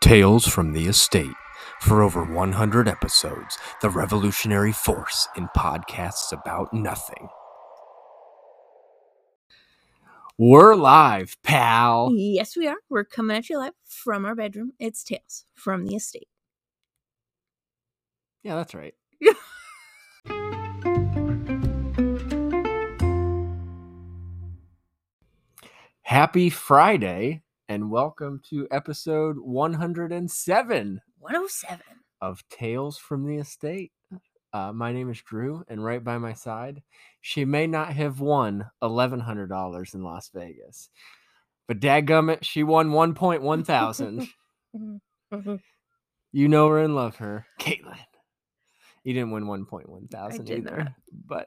Tales from the Estate. For over 100 episodes, the revolutionary force in podcasts about nothing. We're live, pal. Yes, we are. We're coming at you live from our bedroom. It's Tales from the Estate. Yeah, that's right. Happy Friday, and welcome to episode 107 107. of Tales from the Estate. Oh. Uh, my name is Drew, and right by my side, she may not have won $1,100 in Las Vegas, but dadgummit, she won 1.1 thousand. Mm-hmm. you know her and love her, Caitlin. You didn't win 1.1 thousand did either, not. but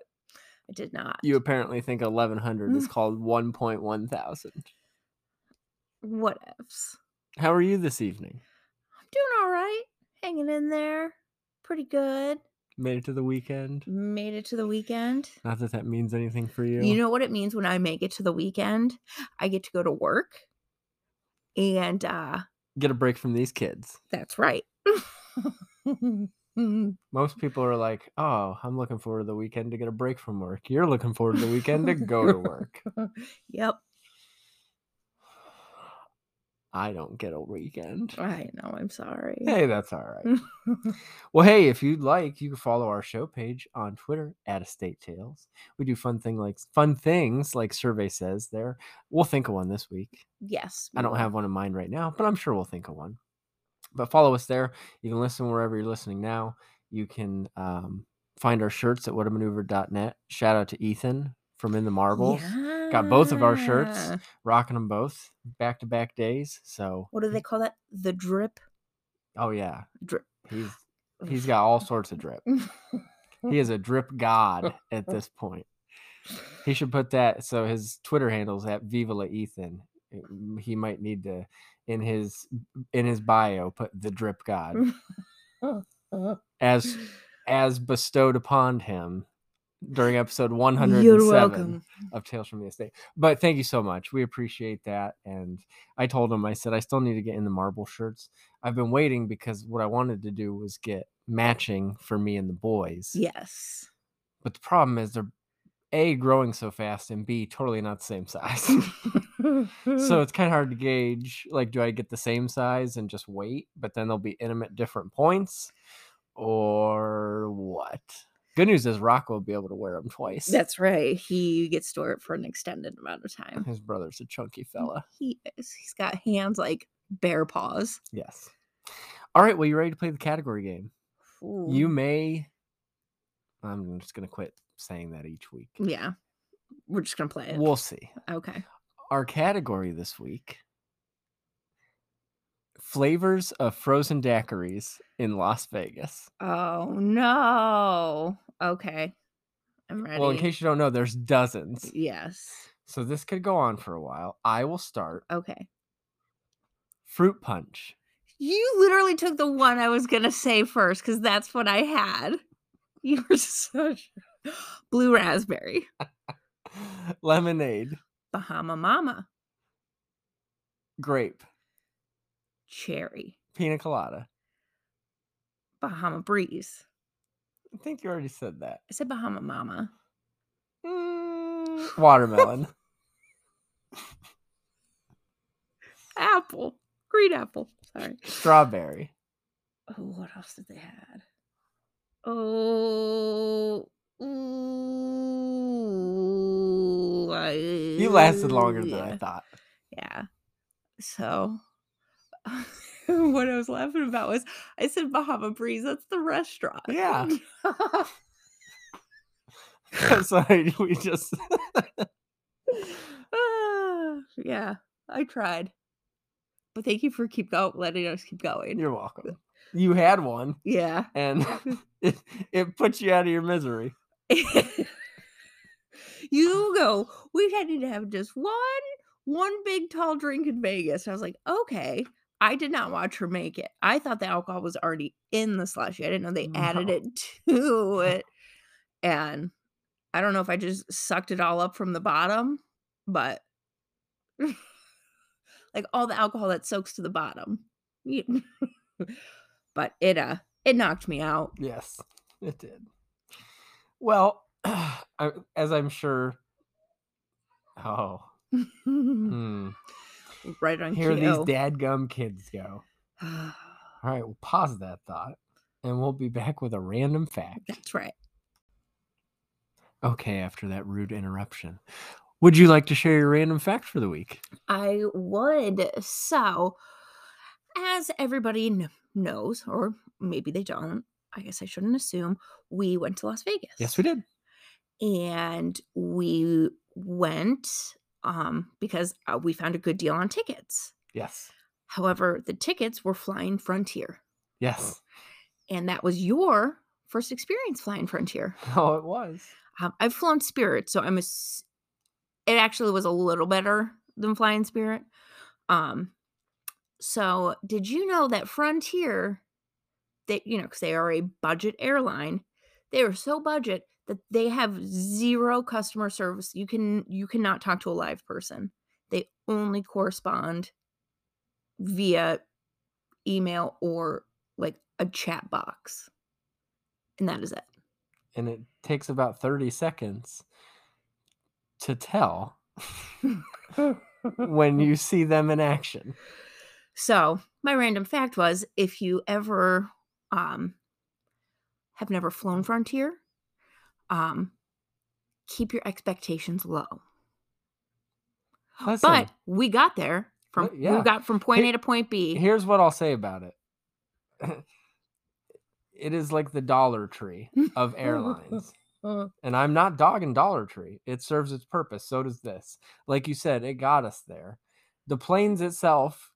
I did not. Mm. you apparently think 1,100 is called 1.1 thousand. What ifs? How are you this evening? I'm doing all right. Hanging in there. Pretty good. Made it to the weekend? Made it to the weekend. Not that that means anything for you. You know what it means when I make it to the weekend? I get to go to work. And uh Get a break from these kids. that's right. Most people are like, oh, I'm looking forward to the weekend to get a break from work. You're looking forward to the weekend to go to work. yep. I don't get a weekend. I know. I'm sorry. Hey, that's all right. Well, hey, if you'd like, you can follow our show page on Twitter at Estate Tales. We do fun thing like fun things like survey says there. We'll think of one this week. yes. Mm. I we don't will. have one in mind right now, but I'm sure we'll think of one. But follow us there. You can listen wherever you're listening now. You can um, find our shirts at whatamaneuver.net. Shout out to Ethan from In the Marbles. Got both of our shirts. Yeah. Rocking them both back to back days. So, What do they call that? The drip. oh yeah, Drip. he's he's got all sorts of drip. He is a drip god at this point. He should put that so his Twitter handles at Viva La Ethan. It- m- He might need to in his in his bio put the drip god as as bestowed upon him during episode 107 You're welcome. of Tales from the Estate. But thank you so much. We appreciate that. And I told him, I said, I still need to get in the marble shirts. I've been waiting because what I wanted to do was get matching for me and the boys. Yes. But the problem is they're A, growing so fast, and B, totally not the same size. Mm-hmm. so it's kind of hard to gauge like, do I get the same size and just wait? But then they'll be intimate different points or what? Good news is Rocco will be able to wear them twice. that's right. He gets to wear it for an extended amount of time. His brother's a chunky Mm-hmm. fella. He is. He's got hands like bear paws. Yes. All right. Well, you ready to play the category game? You Ooh. may. I'm just going to quit saying that each week. Yeah. We're just gonna play it. We'll see. okay. Our category this week flavors of frozen daiquiris in Las Vegas. Oh no. Okay. I'm ready. Well, in case you don't know, there's dozens. yes. So this could go on for a while. I will start. Okay. Fruit punch. You literally took the one I was gonna say first because that's what I had. You were such blue raspberry. Lemonade. Bahama Mama, Grape. Cherry, Pina colada. Bahama Breeze. I think you already said that. I said Bahama Mama. Mm, Watermelon. Apple, green apple. Sorry. Strawberry. Oh, what else did they had? Oh, ooh, You lasted longer than I thought. Yeah. So, what I was laughing about was I said Bahama Breeze. That's the restaurant. Yeah. I'm sorry, we just Ah, yeah, I tried. But thank you for keep go letting us keep going. you're welcome. You had one yeah. and it, it puts you out of your misery. you go, we had to have just one one big tall drink in Vegas. And I was like, okay. I did not watch her make it. I thought the alcohol was already in the slushy. I didn't know they added No. it to it. And I don't know if I just sucked it all up from the bottom, but like all the alcohol that soaks to the bottom You- but it uh it knocked me out. Yes, it did. Well, I, as I'm sure. Oh, Mm. hmm. right on here cue. these dadgum kids go. All right, we'll pause that thought, and we'll be back with a random fact. That's right. Okay, after that rude interruption, would you like to share your random fact for the week? I would. So, as everybody kn- knows, or maybe they don't, I guess I shouldn't assume, we went to Las Vegas. Yes, we did. And we went um, because uh, we found a good deal on tickets. Yes, However, the tickets were flying Frontier, yes. and that was your first experience flying Frontier. Oh, it was. Um, I've flown Spirit, so I'm a. s- It actually was a little better than flying Spirit. Um, so did you know that Frontier, that you know, because they are a budget airline, they are so budget that they have zero customer service. You can you cannot talk to a live person. They only correspond via email or like a chat box, and that is it. and it takes about 30 seconds to tell when you see them in action. So my random fact was if you ever um have never flown Frontier, um keep your expectations low. Listen, But we got there from yeah. we got from point Here- A to point B. here's what I'll say about it it is like the Dollar Tree of airlines. Uh, And I'm not dogging Dollar Tree. It serves its purpose. So does this. Like you said, it got us there. The planes itself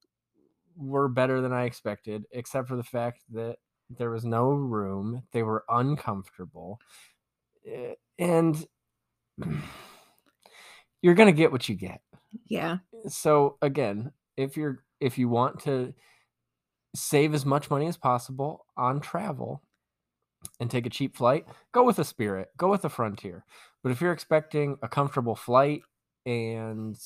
were better than I expected, except for the fact that there was no room. They were uncomfortable. Eh, And you're going to get what you get yeah. so again if you're if you want to save as much money as possible on travel and take a cheap flight go with a spirit go with a frontier but if you're expecting a comfortable flight and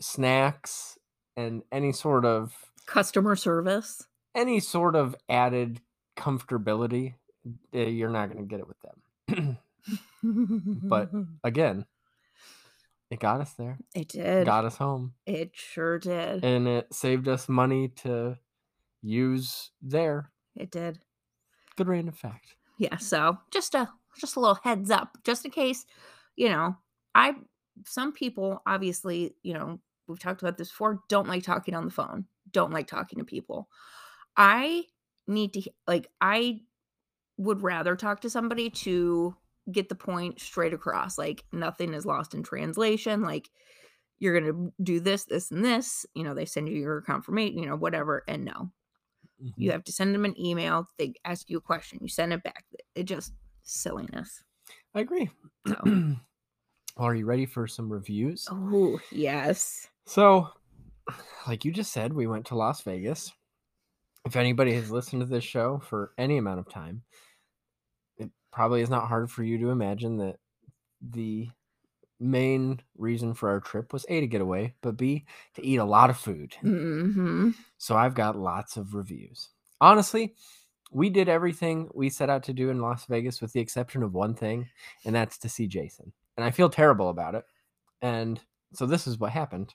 snacks and any sort of Customer service. any sort of added comfortability eh, you're not going to get it with them but again it got us there it did. got us home It sure did. It, and it saved us money to use there. did. Good random fact. Yeah, so just a just a little heads up, just in case, you know, I some people obviously, you know, we've talked about this before, don't like talking on the phone, don't like talking to people. I need to he- like I would rather talk to somebody to get the point straight across. Like nothing is lost in translation. Like you're gonna do this, this, and this. You know, they send you your confirmation, you know, whatever. And no, you have to send them an email. They ask you a question. You send it back. It just silliness. I agree. So, Are you ready for some reviews? oh yes, So, like you just said, we went to Las Vegas. If anybody has listened to this show for any amount of time, it probably is not hard for you to imagine that the main reason for our trip was A, to get away, but B, to eat a lot of food. hmm So I've got lots of reviews. Honestly, we did everything we set out to do in Las Vegas with the exception of one thing, and that's to see Jason. And I feel terrible about it. And so this is what happened.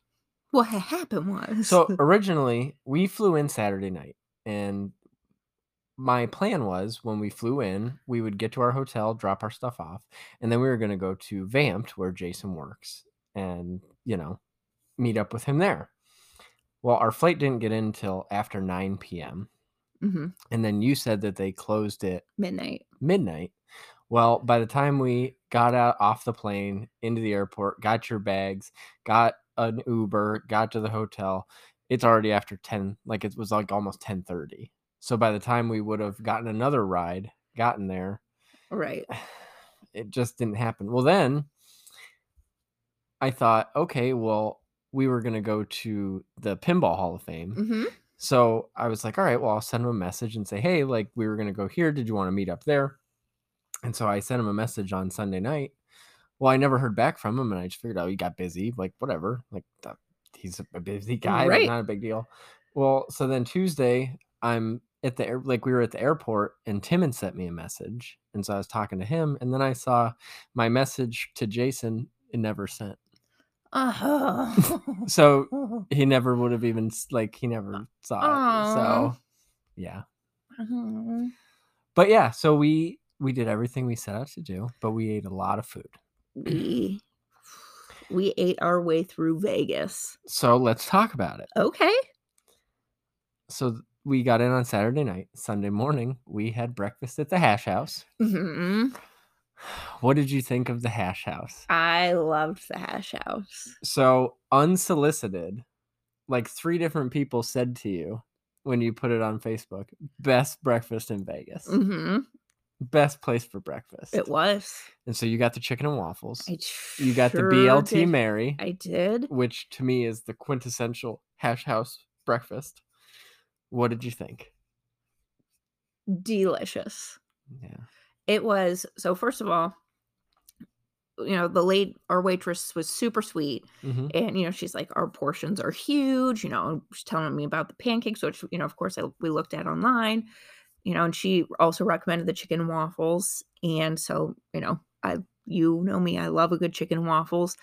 what had happened was So originally, we flew in Saturday night, and my plan was when we flew in, we would get to our hotel, drop our stuff off, and then we were going to go to Vamped where Jason works and, you know, meet up with him there. Well, our flight didn't get in till after 9 p.m. Mhm, And then you said that they closed at midnight. midnight. Well, by the time we got out off the plane into the airport, got your bags, got an Uber, got to the hotel, it's already after 10, like it was like almost 10:30. So by the time we would have gotten another ride, gotten there, Right. it just didn't happen. Well, then I thought, okay, well, we were going to go to the Pinball Hall of Fame. hmm So I was like, all right, well, I'll send him a message and say, hey, like we were going to go here. Did you want to meet up there? And so I sent him a message on Sunday night. Well, I never heard back from him. And I just figured, oh, he got busy, like whatever. Like th- he's a busy guy, like, Right. not a big deal. Well, so then Tuesday, I'm at the air, like we were at the airport, and Tim had sent me a message, and so I was talking to him, and then I saw my message to Jason and never sent. Uh-huh. So he never would have even s- like he never saw it. Aw. So yeah, Uh-huh. but yeah, so we we did everything we set out to do, but we ate a lot of food. we we ate our way through Vegas. So let's talk about it. Okay. So th- we got in on Saturday night. Sunday morning, we had breakfast at the Hash House. hmm What did you think of the Hash House? I loved the hash house. So unsolicited, like three different people said to you when you put it on Facebook, best breakfast in Vegas. hmm Best place for breakfast. It was. And so you got the chicken and waffles. I You got sure the BLT did- Mary, I did. which to me is the quintessential hash house breakfast. What did you think? Delicious. Yeah. It was so. First of all, you know the late our waitress was super sweet, hmm and you know she's like our portions are huge. You know she's telling me about the pancakes, which you know of course I, we looked at online. You know, and she also recommended the chicken waffles, and so you know I you know me I love a good chicken waffles.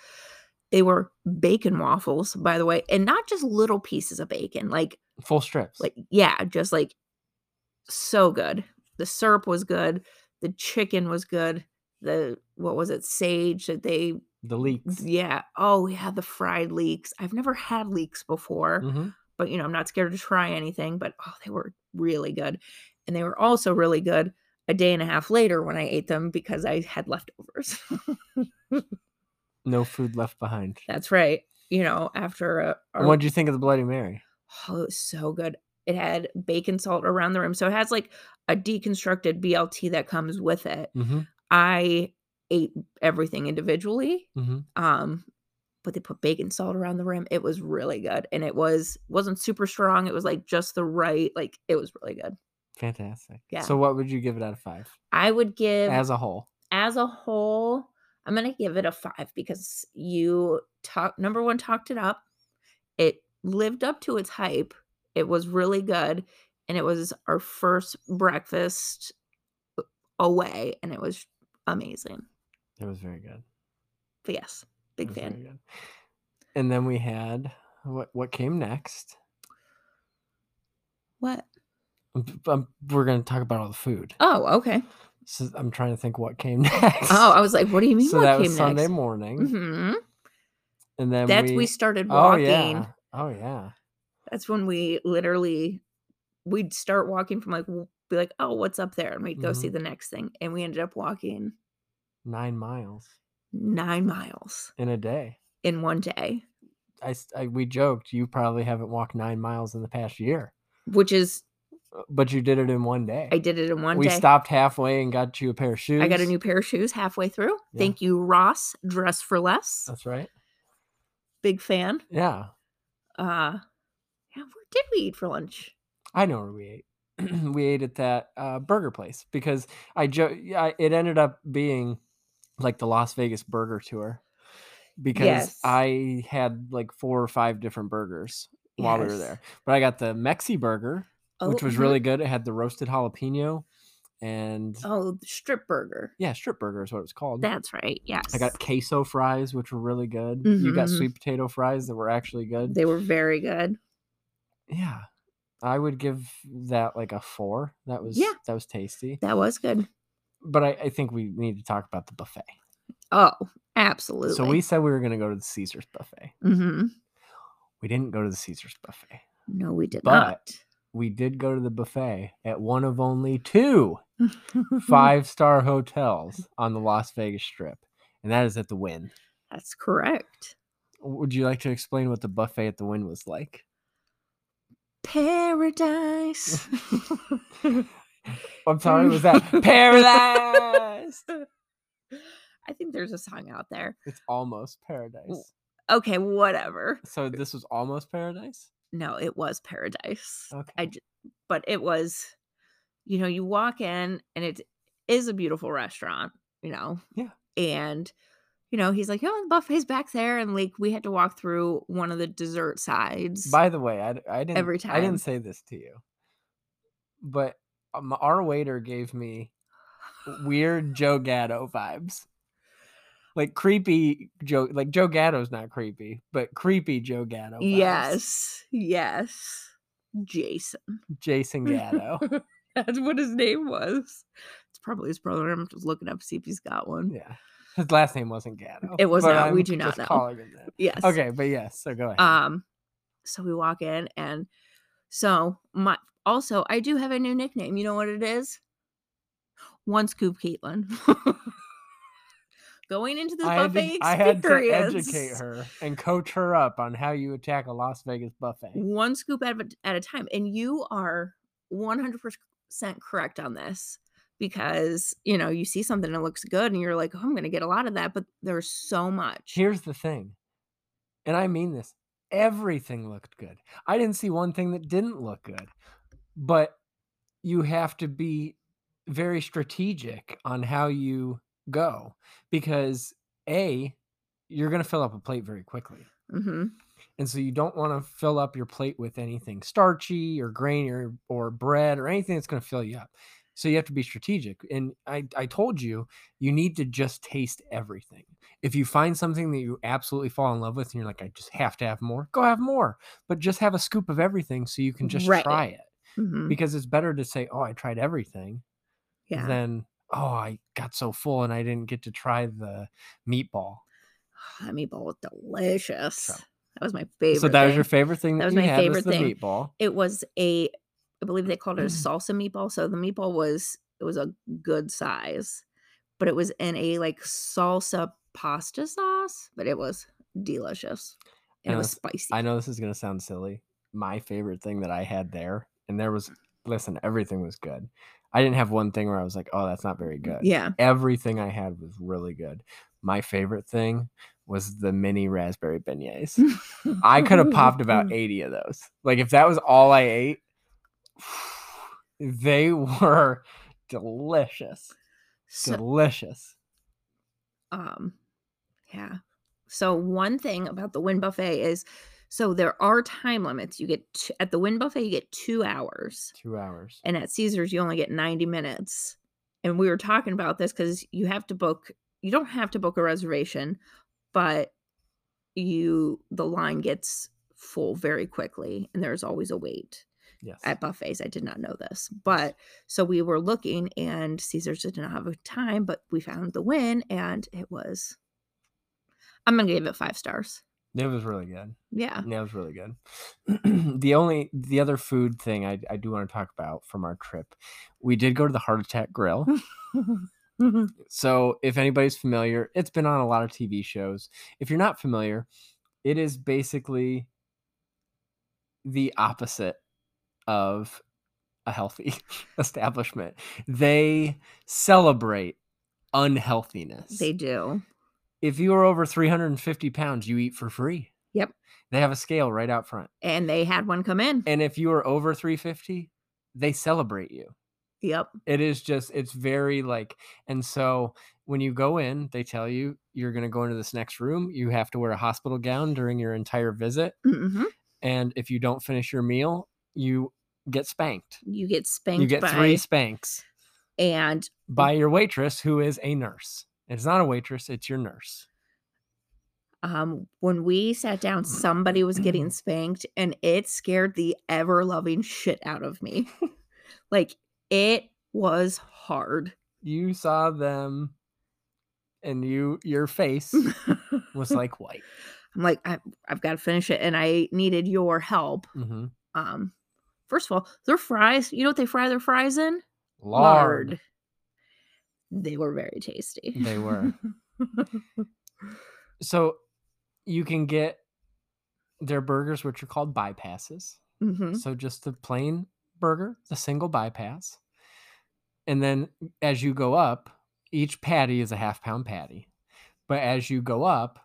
They were bacon waffles, by the way, and not just little pieces of bacon, like Full strips. like yeah just like so good the syrup was good the chicken was good the what was it sage that they the leeks. yeah oh yeah the fried leeks i've never had leeks before Mhm. but you know i'm not scared to try anything but oh they were really good and they were also really good a day and a half later when i ate them because i had leftovers No food left behind. that's right you know after a, a And what did you think of the Bloody Mary? Oh, it was so good. It had bacon salt around the rim. So it has like a deconstructed BLT that comes with it. hmm I ate everything individually. Mhm. Um, but they put bacon salt around the rim. It was really good. And it was wasn't super strong. It was like just the right, like it was really good. Fantastic. Yeah. So what would you give it out of five I would give as a whole? as a whole, I'm gonna give it a five because you talk number one talked it up. It lived up to its hype. It was really good, and it was our first breakfast away, and it was amazing. It was very good. But yes, It big was very fan. good. And then we had what what came next. What? Um, um, we're going to talk about all the food. Oh, okay. So I'm trying to think what came next. Oh, I was like, what do you mean? so what that came was Sunday next? morning, hmm and then That's we, we, started oh walking. yeah, oh yeah, That's when we literally we'd start walking from like w- be like, oh, what's up there? And we'd go Mm-hmm. see the next thing. And we ended up walking nine miles nine miles in a day. in one day, I, s- I- we joked you probably haven't walked nine miles in the past year, which is uh, but you did it in one day. I did it in one we day. stopped halfway and got you a pair of shoes. I got a new pair of shoes halfway through. Yeah. Uh. Thank you, Ross, Dress for Less. That's right. Big fan. Yeah, Uh yeah, where did we eat for lunch? I know where we ate. we ate at that uh, burger place because I, jo- I it ended up being like the Las Vegas burger tour because Yes. I had like four or five different burgers while we were Yes. there. But I got the Mexi burger, Oh, which was mhm. really good. It had the roasted jalapeno and Oh, the strip burger. yeah, strip burger is what it's called. That's right. Yes. I got queso fries, which were really good. You got Mhm. sweet potato fries that were actually good. they were very good. yeah. I would give that like a four. That was Yeah. that was tasty. That was good. but I, I think we need to talk about the buffet. Oh, absolutely. So we said we were going to go to the Caesar's buffet. mm-hmm. We didn't go to the Caesar's buffet. No, we did But- We did go to the buffet at one of only two not. five star hotels on the Las Vegas Strip, and that is at the Wynn. That's correct. Would you like to explain what the buffet at the Wynn was like? Paradise. I'm sorry, was that paradise? I think there's a song out there. It's almost paradise. Okay, whatever. So this was almost paradise. No, it was paradise. Okay. I j- but it was, you know, you walk in and it is a beautiful restaurant, you know. Yeah. And you know, he's like, oh, the buffet's back there. And like, we had to walk through one of the dessert sides. By the way, I, d- I didn't Every I time. didn't say this to you, but um, our waiter gave me weird Joe Gatto vibes, like creepy Joe. Like Joe Gatto's not creepy, but creepy Joe Gatto. vibes. yes. Yes. Jason. Jason Gatto. That's what his name was. It's probably his brother. I'm just looking up to see if he's got one. yeah, his last name wasn't Gatto. It was but not. We I'm do not just know. calling him that. Yes. Okay, but yes. Uh, So go ahead. Um, so we walk in, and so my also I do have a new nickname. You know what it is? One scoop, Caitlin. Going into this I had, buffet to, I had experience, to educate her and coach her up on how you attack a Las Vegas buffet. one scoop at a, at a time, and you are one hundred percent correct on this because you know you see something that looks good, and you're like, oh, I'm going to get a lot of that, but there's so much. Here's the thing, and I mean this everything looked good. I didn't see one thing that didn't look good, but you have to be very strategic on how you go because A, you're going to fill up a plate very quickly. hmm And so you don't want to fill up your plate with anything starchy or grainy or, or bread or anything that's going to fill you up. So you have to be strategic. And I, I told you, you need to just taste everything. If you find something that you absolutely fall in love with and you're like, I just have to have more, go have more. But just have a scoop of everything so you can just Right. try it. hmm Because it's better to say, Oh, I tried everything Yeah. than, Oh, I got so full and I didn't get to try the meatball. that meatball was delicious. So- That was my favorite. so that was your thing. favorite thing That that, was you my had favorite was the thing. meatball. It was a, I believe they called it a Mm. salsa meatball. So the meatball was it was a good size, but it was in a like salsa pasta sauce. But it was delicious, and And it it's- was spicy. Uh, I know this is going to sound silly. My favorite thing that I had there, and there was, listen, everything was good. I didn't have one thing where I was like, oh, that's not very good. Yeah. Everything I had was really good. My favorite thing was the mini raspberry beignets. I could have popped about 80 of those. Like, if that was all I ate, they were delicious. So, Delicious. um, yeah. So one thing about the Win Buffet is, so there are time limits. You get t- at the Win Buffet, you get two hours. Two hours. and at Caesars you only get 90 minutes. And we were talking about this cuz you have to book you don't have to book a reservation, but you the line gets full very quickly and there's always a wait Yes. at buffets. I did not know this. But so we were looking and Caesars did not have a time, but we found the win and it was I'm going to give it 5 stars. It was really good. Yeah. Yeah, it was really good. the only the other food thing I, I do want to talk about from our trip, we did go to the Heart Attack Grill. Mm. so if anybody's familiar, it's been on a lot of TV shows. If you're not familiar, it is basically the opposite of a healthy establishment. They celebrate unhealthiness they do. if you are over 350 pounds, you eat for free. Yep. They have a scale right out front. And they had one come in. And if you are over 350, they celebrate you. Yep. It is just, it's very like, and so when you go in, they tell you you're going to go into this next room. You have to wear a hospital gown during your entire visit. Mhm. And if you don't finish your meal, you get spanked. You get spanked you get by Mm. three spanks and by your waitress, who is a nurse. It's not a waitress, it's your nurse. um when we sat down somebody was getting spanked and it scared the ever loving shit out of me like it was hard you saw them and you your face was like white i'm like I, i've got to finish it and i needed your help hmm um first of all their fries you know what they fry their fries in lard, they were very tasty They were. so you can get their burgers which are called bypasses hmm so just the plain burger the single bypass and then as you go up each patty is a half pound patty but as you go up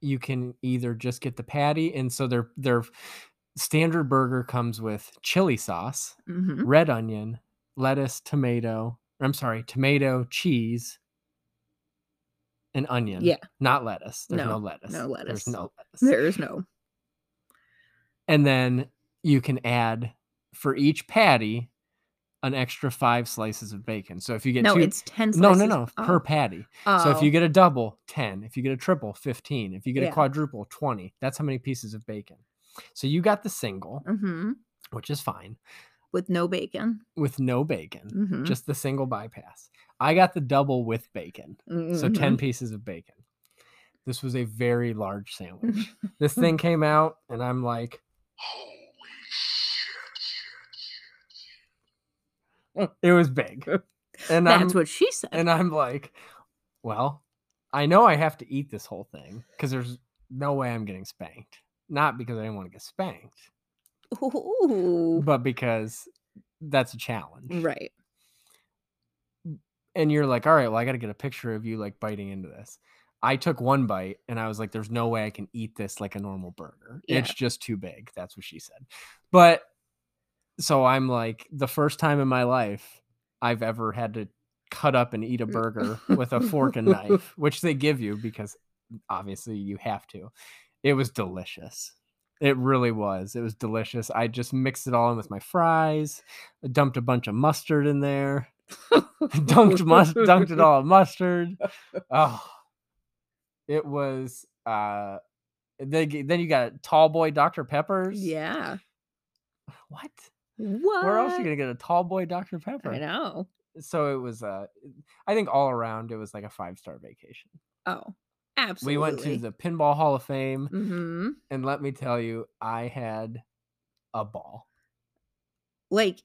you can either just get the patty and so their their standard burger comes with chili sauce hmm red onion, lettuce, tomato. I'm sorry, tomato, cheese, an onion. Yeah. Not lettuce. There's no, No, lettuce. no lettuce. There's no lettuce. There is no. And then you can add for each patty an extra five slices of bacon. So if you get No, two it's 10 no, slices. Oh. no, no, per patty. So if you get a double, 10. If you get a triple, 15. If you get a Yeah. quadruple, 20. That's how many pieces of bacon. So you got the single, hmm which is fine, with no bacon. with no bacon, hmm just the single bypass. I got the double with bacon. mm-hmm. So 10 pieces of bacon. This was a very large sandwich. this thing came out, and I'm like, holy shit. It was big. And I'm, That's what she said. and I'm like, well, I know I have to eat this whole thing because there's no way I'm getting spanked. Not because I didn't want to get spanked, Ooh. but because that's a challenge. Right. and you're like, all right, well, I got to get a picture of you like biting into this. I took one bite and I was like, there's no way I can eat this like a normal burger. Yeah. It's just too big. That's what she said. But so I'm like, the first time in my life I've ever had to cut up and eat a burger with a fork and knife, which they give you because obviously you have to. It was delicious. It really was. It was delicious. I just mixed it all in with my fries, dumped a bunch of mustard in there dunked must dunked it all in mustard. Oh, it was. uh Then g- then you got tall boy Dr Peppers. Yeah. What? What? Where else are you gonna get a tall boy Dr Pepper? I know. So it was. uh I think all around it was like a five star vacation. Oh, absolutely. We went to the Pinball Hall of Fame, Mm-hmm. and let me tell you, I had a ball. Like,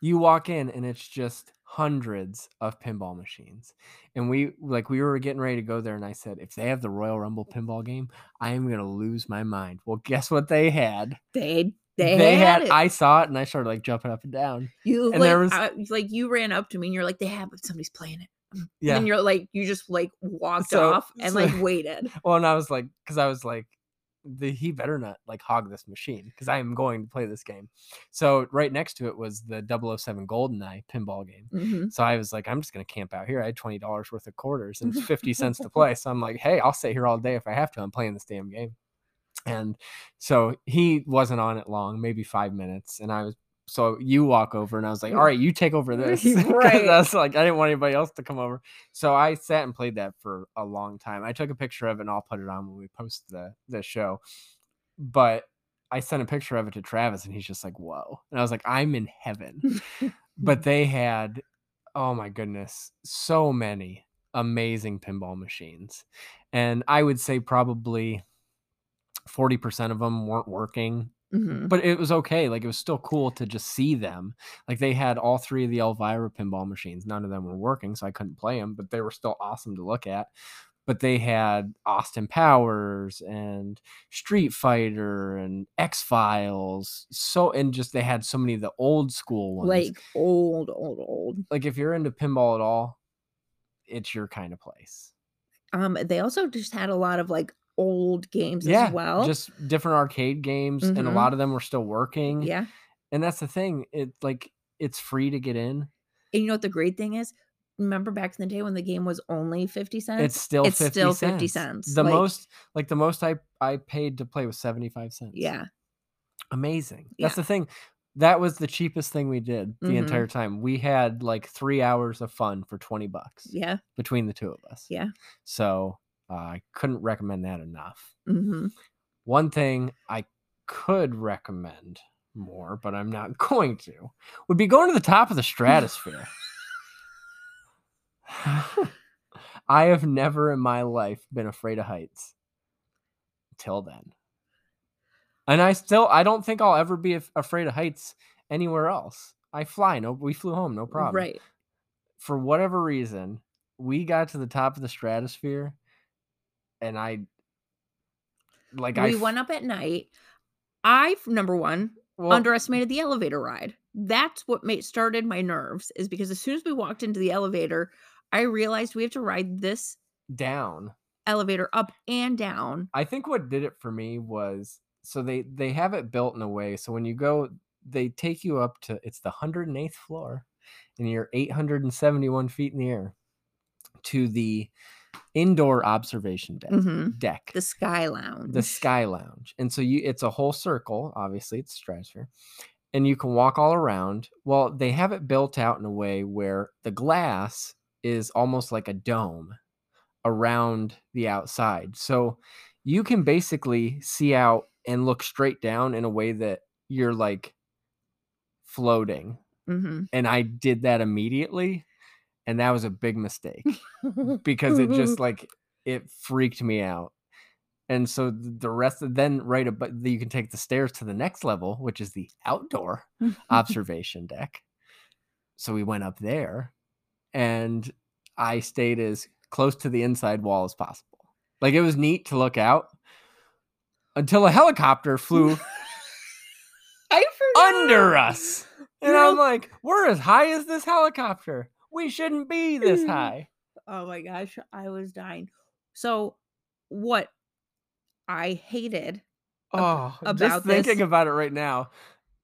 you walk in and it's just hundreds of pinball machines and we like we were getting ready to go there and i said if they have the royal rumble pinball game i am going to lose my mind well guess what they had they they, had, it. i saw it and i started like jumping up and down you and like, there was- I- like you ran up to me and you're like, they have it. Somebody's playing it. yeah And you're like, you just like walked So- off and so- like waited. well and i was like because i was like the, he better not like hog this machine because i am going to play this game so right next to it was the 007 goldeneye pinball game Mhm. So I was like, I'm just gonna camp out here. I had twenty dollars worth of quarters and it's fifty cents to play. So I'm like, hey, I'll sit here all day if I have to. I'm playing this damn game. And so he wasn't on it long, maybe five minutes. And I was so you walk over and I was like, all right, you take over this. 'Cause Right. I was like, I didn't want anybody else to come over. So I sat and played that for a long time. I took a picture of it and I'll put it on when we post the the show. But I sent a picture of it to Travis and he's just like, whoa. And I was like, I'm in heaven but they had oh my goodness so many amazing pinball machines and i would say probably 40% of them weren't working Mhm. but it was okay like it was still cool to just see them like they had all three of the elvira pinball machines none of them were working so i couldn't play them but they were still awesome to look at but they had austin powers and street fighter and x files so and just they had so many of the old school ones Like old, old, old. like if you're into pinball at all, it's your kind of place. Um, they also just had a lot of like old games as well. just different arcade games, and a Mhm. lot of them were still working. yeah. and that's the thing. It like it's free to get in. And you know what the great thing is? Remember back in the day when the game was only 50 cents? It's still it's 50 still 50 cents. cents, The like- most like the most I I paid to play was seventy five cents. yeah. amazing. Yeah. That's the thing. That was the cheapest thing we did the Mhm. entire time. We had like three hours of fun for twenty bucks Yeah. between the two of us. Yeah. so uh, I couldn't recommend that enough. hmm One thing I could recommend more, but I'm not going to, would be going to the top of the stratosphere. I have never in my life been afraid of heights till then. And I still I don't think I'll ever be af- afraid of heights anywhere else. I fly, no we flew home, no problem Right. for whatever reason, we got to the top of the stratosphere, and I like I we f- went up at night. I number one well, underestimated the elevator ride. That's what made started my nerves is because as soon as we walked into the elevator, I realized we have to ride this down. elevator up and down. I think what did it for me was so they they have it built in a way so when you go they take you up to it's the 108th floor and you're 871 feet in the air to the indoor observation deck. hmm Deck. The Sky Lounge. Mm-hmm. the sky lounge and so you it's a whole circle obviously it's stratosphere and you can walk all around well they have it built out in a way where the glass is almost like a dome around the outside so you can basically see out and look straight down in a way that you're like floating Mhm. and i did that immediately and that was a big mistake because it just like it freaked me out. And so th- the rest of then right above you can take the stairs to the next level, which is the outdoor observation deck. So we went up there and I stayed as close to the inside wall as possible. Like it was neat to look out until a helicopter flew I forgot. under us. And I'm You're- like, we're as high as this helicopter. We shouldn't be this Mm. high. Oh my gosh, I was dying. So, what I hated Oh, about just thinking this. about it right now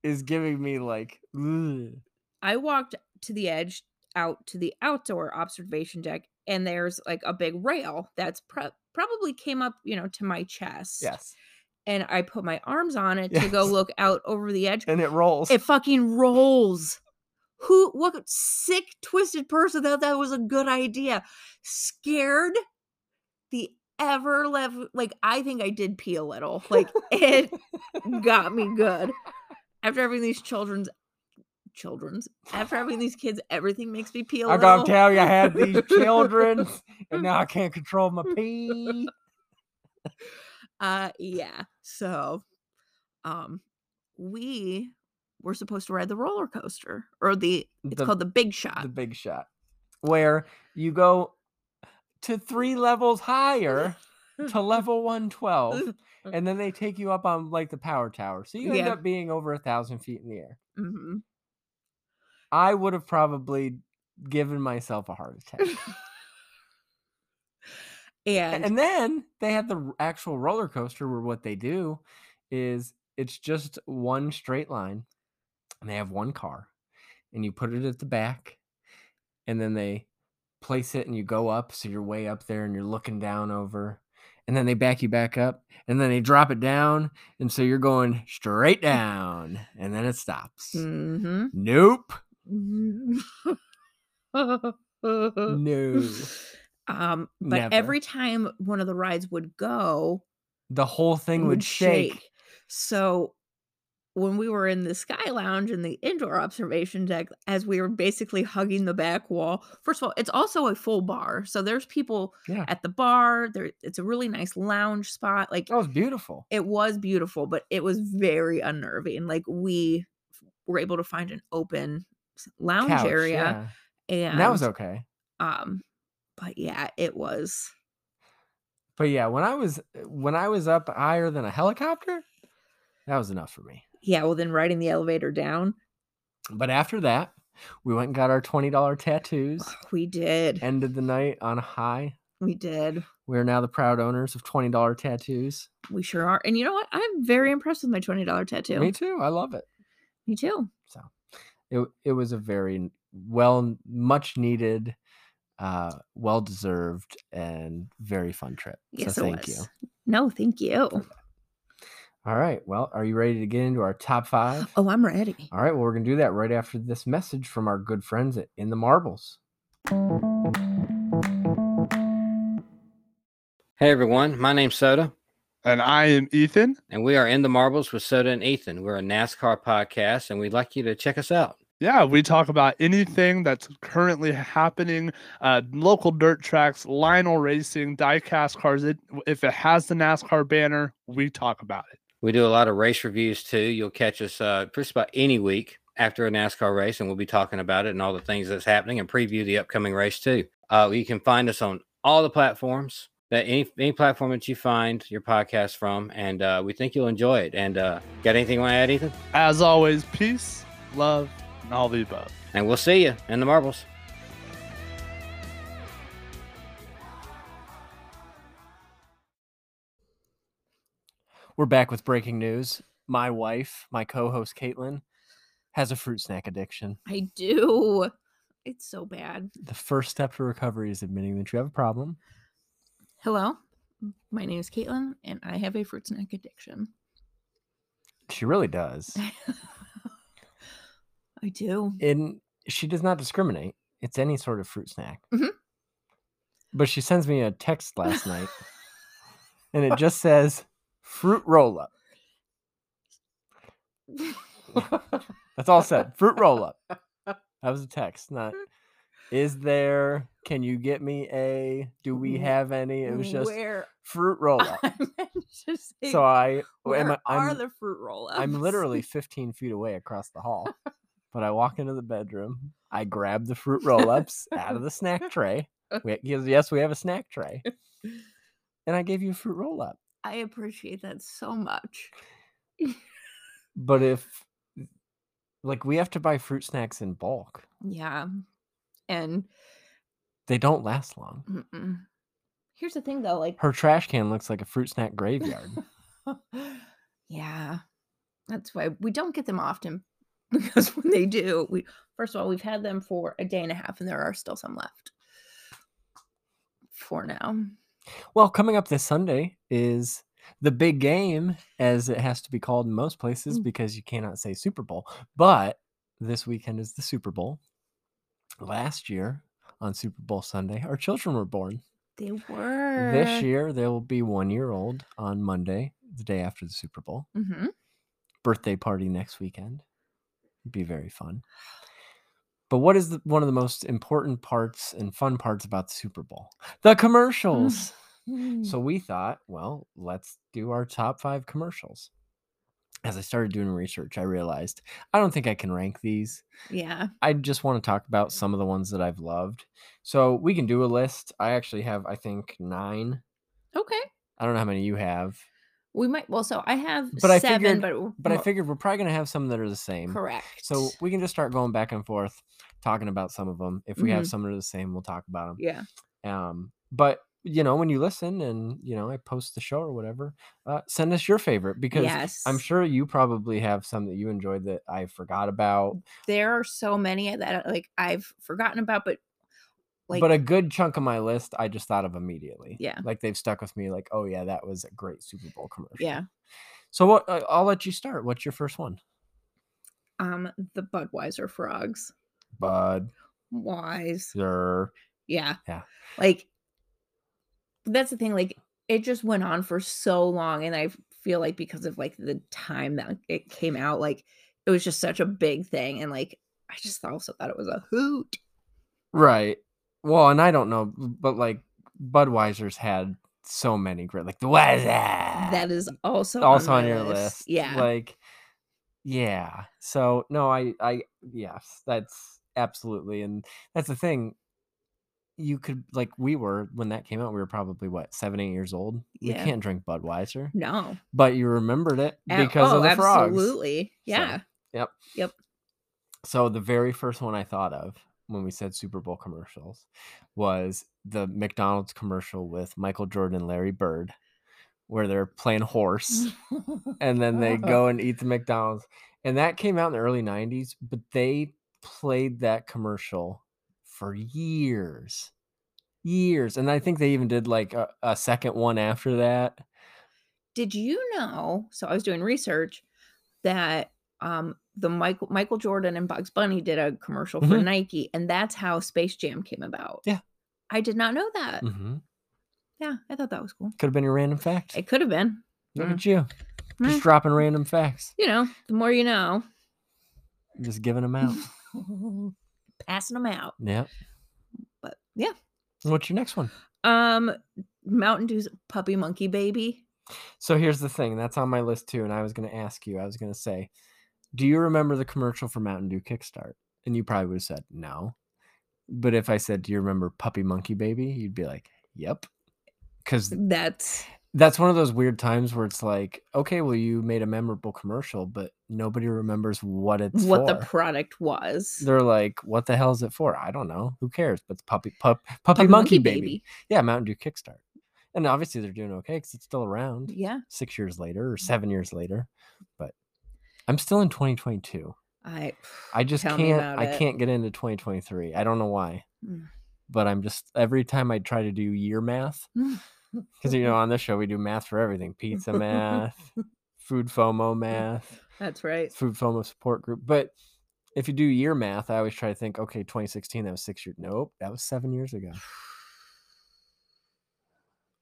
is giving me like, ugh. I walked to the edge out to the outdoor observation deck, and there's like a big rail that's pro- probably came up, you know, to my chest. yes, And I put my arms on it to go Yes. look out over the edge. and it rolls. It fucking rolls. Who, what sick, twisted person thought that was a good idea? Scared the ever left. Like, I think I did pee a little. Like, it got me good. After having these children's, children's, after having these kids, everything makes me pee a I little. gotta tell you, I had these children, and now I can't control my pee. Uh, yeah. So, um, we were supposed to ride the roller coaster or the, it's The- called the Big Shot. The big shot, where you go to three levels higher to level one twelve, and then they take you up on like the power tower, so you end Mm. Yeah. up being over a thousand feet in the air. hmm I would have probably given myself a heart attack. And, And, then they had the r- actual roller coaster where what they do is it's just one straight line and they have one car and you put it at the back and then they place it and you go up so you're way up there and you're looking down over and then they back you back up and then they drop it down and so you're going straight down and then it stops. Mhm. Nope. Uh, No. um, but Never. every time one of the rides would go, The whole thing it would shake. So when we were in the sky lounge in the indoor observation deck, as we were basically hugging the back wall, first of all, it's also a full bar. So there's people Yeah. at the bar. There, it's a really nice lounge spot. Like That was beautiful. it was beautiful, but it was very unnerving. Like we were able to find an open s- lounge Couch, area. yeah. and And that was okay. um but yeah it was But yeah, when I was eh, when I was up higher than a helicopter, that was enough for me. yeah well then riding the elevator down But after that, we went and got our twenty dollar tattoos. we did Ended the night on a high. we did We are now the proud owners of twenty dollar tattoos. we sure are and you know what i'm very impressed with my $20 tattoo Me too. I love it. Me too So it it was a very well, much needed, uh, well deserved, and very fun trip. yes so it thank was you. no thank you All right. Well, are you ready to get into our top five? oh i'm ready All right, well, we're going to do that right after this message from our good friends at In the Marbles. Hey everyone, my name's Soda, And I am Ethan. and we are in the marbles with Soda and Ethan. We're a NASCAR podcast, and we'd like you to check us out. Yeah, we talk about anything that's currently happening, uh, local dirt tracks, Lionel racing, diecast cars. It, if it has the NASCAR banner, we talk about it. We do a lot of race reviews too. You'll catch us uh, just about any week after a NASCAR race, and we'll be talking about it and all the things that's happening, and preview the upcoming race too. Uh, you can find us on all the platforms that any any platform that you find your podcast from, and uh, we think you'll enjoy it. And uh, got anything you want to add, Ethan? As always, peace, love, and all the above. And we'll see you in the marbles. We're back with breaking news. My wife, my co host Caitlin, has a fruit snack addiction. i do it's so bad The first step to recovery is admitting that you have a problem. Hello, my name is Caitlin, and I have a fruit snack addiction. She really does. I do. And she does not discriminate. It's any sort of fruit snack. Mhm. But she sends me a text last night and it just says fruit roll up. That's all it said. Fruit roll up. That was a text, not Mm-hmm. is there, can you get me a, do we Wh- have any? It was just Mm-hmm. where fruit roll up. I meant to say, So I where am I, are I'm- the fruit roll-ups? I'm literally 15 feet away across the hall. But I walk into the bedroom. I grab the fruit roll ups out of the snack tray. We, yes, yes, we have a snack tray. And I gave you a fruit roll up. I appreciate that so much. But if, like, we have to buy fruit snacks in bulk, Yeah, and they don't last long. mm-mm. here's the thing, though. Like, Her trash can looks like a fruit snack graveyard. yeah, that's why we don't get them often because when they do, we first of all we've had them for a day and a half, and there are still some left for now. well, coming up this Sunday is the big game, as it has to be called in most places Mm. because you cannot say Super Bowl. But this weekend is the Super Bowl. Last year on Super Bowl Sunday, our children were born. They were This year, they will be one year old on Monday, the day after the Super Bowl. hmm Birthday party next weekend. Be very fun. But what is the, one of the most important parts and fun parts about the Super Bowl? The commercials. Mm-hmm. Mm. So we thought, well, let's do our top five commercials. As I started doing research, I realized I don't think I can rank these. yeah, I just want to talk about some of the ones that I've loved. So we can do a list. I actually have, I think, nine. okay. I don't know how many you have, We might. Well, so I have But I seven, figured- but w- but I mo- figured we're probably going to have some that are the same. correct. So we can just start going back and forth talking about some of them. If we have some that are the same, we'll talk about them. yeah, um but you know when you listen and you know i post the show or whatever uh send us your favorite because yes, i'm sure you probably have some that you enjoyed that i forgot about there are so many that like I've forgotten about, but like but a good chunk of my list i just thought of immediately Yeah. like they've stuck with me like oh yeah that was a great super bowl commercial yeah, so what I- i'll let you start what's your first one um, the Budweiser frogs, bud wise, sir yeah, Yeah. like that's the thing. Like it just went on for so long, and I feel like because of like the time that it came out, like it was just such a big thing, and like I just also thought it was a hoot. right well and i don't know but like budweiser's had so many great like the was That is also Eh, also my on your list. Yeah, Like, yeah. So no, I, I, yes, that's absolutely, and that's the thing. You could like we were when that came out. We were probably what seven, eight years old. Yeah. You can't drink Budweiser, no. but you remembered it Ab- because oh, of the frogs. absolutely. Yeah. Yep. Yep. So the very first one I thought of when we said Super Bowl commercials was the McDonald's commercial with Michael Jordan and Larry Bird, where they're playing horse. Mm. and then they go and eat the McDonald's. And that came out in the early 90s, but they played that commercial for years. Years. And I think they even did like a, a second one after that. Did you know? So I was doing research that um the Michael Michael Jordan and Bugs Bunny did a commercial for Mhm. Nike, and that's how Space Jam came about. Yeah. I did not know that. Mm-hmm. Yeah, I thought that was cool. Could have been a random fact. It could have been. Look Mm. at you. Just Eh, dropping random facts, you know, the more you know. just giving them out. Passing them out. yeah. But yeah. What's your next one? Um Mountain Dew's puppy monkey baby. So here's the thing that's on my list too. And I was going to ask you, I was going to say, do you remember the commercial for Mountain Dew Kickstart? And you probably would have said no. But if I said, do you remember Puppy Monkey Baby? You'd be like, yep. Because That's that's one of those weird times where it's like, okay, well, you made a memorable commercial, but nobody remembers what it's what the for. product was. They're like, what the hell is it for? I don't know. Who cares? But it's puppy, pup, puppy, monkey, baby. Yeah, Mountain Dew Kickstart. And obviously they're doing okay because it's still around Yeah, six years later or Mm-hmm. seven years later. But I'm still in 2022. I. I just Tell me can't. about I it. can't get into 2023. I don't know why, Mm. but I'm just every time I try to do year math, Mm. Because you know, on this show we do math for everything: pizza math, food FOMO math, That's right. food FOMO support group. But if you do year math, I always try to think, okay, 2016, that was six years. Nope, that was seven years ago.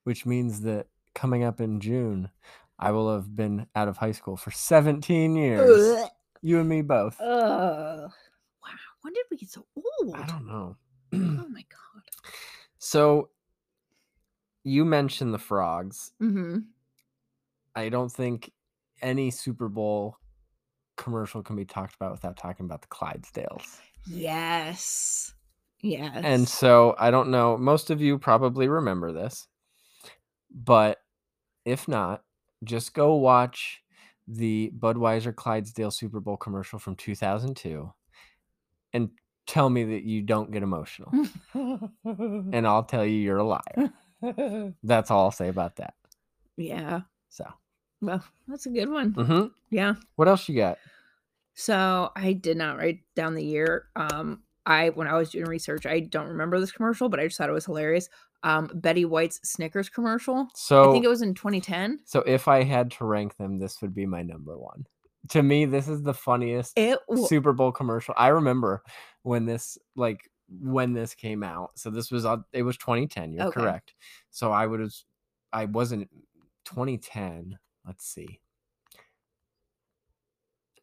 Which means that coming up in June, I will have been out of high school for 17 years. Ugh. Oh, you and me both. Wow. When did we get so old? I don't know. Oh my god. so you mentioned the frogs. Mm-hmm. I don't think any Super Bowl commercial can be talked about without talking about the Clydesdales. Yes. Yes. And so I don't know, most of you probably remember this, but if not, just go watch the Budweiser Clydesdale Super Bowl commercial from 2002 and tell me that you don't get emotional. Mm-hmm. and I'll tell you you're a liar. That's all I'll say about that. yeah. So, Well, that's a good one. mhm. Yeah. what else you got? So I did not write down the year. Um, I when I was doing research, I don't remember this commercial, but I just thought it was hilarious. Um, Betty White's Snickers commercial. So, I think it was in 2010. so if I had to rank them, this would be my number one. To me, this is the funniest It was Super Bowl commercial. I remember when this like when this came out. So this was on it was 2010. You're Okay. correct. So I would have I wasn't 2010. Let's see.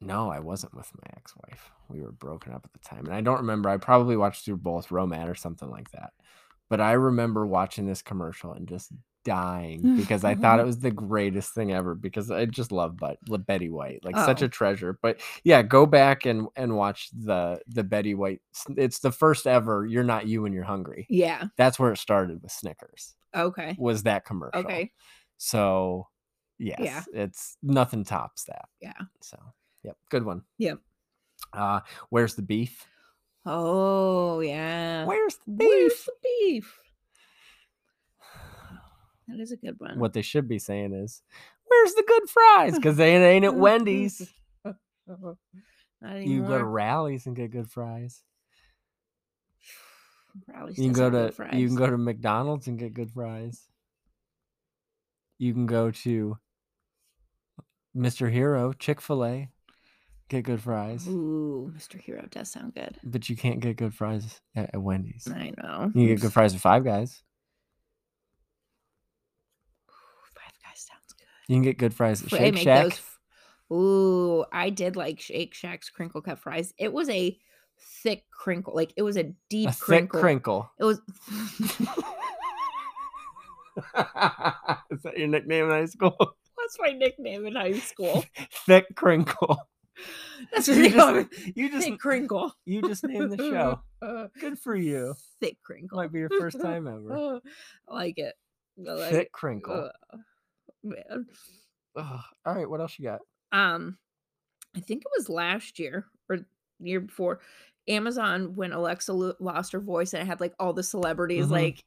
No, I wasn't with my ex-wife. We were broken up at the time. And I don't remember. I probably watched Super Bowl with Romat or something like that. But I remember watching this commercial and just dying because I thought it was the greatest thing ever because I just love but Betty White like such Oh. a treasure but yeah go back and and watch the the Betty White s- it's the first ever you're not you when you're hungry yeah. that's where it started with Snickers Okay. was that commercial Eh. Okay. so yes it's nothing tops that Yeah. so yep good one Yep. uh where's the beef Oh yeah. where's the Where's the beef? That is a good one. what they should be saying is where's the good fries because they ain't at Wendy's Not You anymore. go to rallies and get good fries. Rally's You can go doesn't to have good you can fries. go to McDonald's and get good fries. You can go to Mr. Hero, Chick-fil-A, get good fries. Ooh, Mr. Hero does sound good. But you can't get good fries at, at Wendy's. I know. You can get good fries at Five Guys. Ooh, Five Guys sounds good. You can get good fries at Fr- Shake Shack. f- Ooh, I did like Shake Shack's crinkle cut fries. It was a thick crinkle, like it was a deep a thick crinkle. crinkle. It was. Is that your nickname in high school? That's my nickname in high school. thick crinkle. That's what You they call me. just, you just Thick crinkle. you just named the show. Uh, Good for you. Thick crinkle. Might be your first time ever. Uh, I like it. I like Thick it. crinkle. Uh, man. Ugh. All right, what else you got? um i think it was last year or the year before amazon when alexa lo- lost her voice and it had like all the celebrities Mhm. like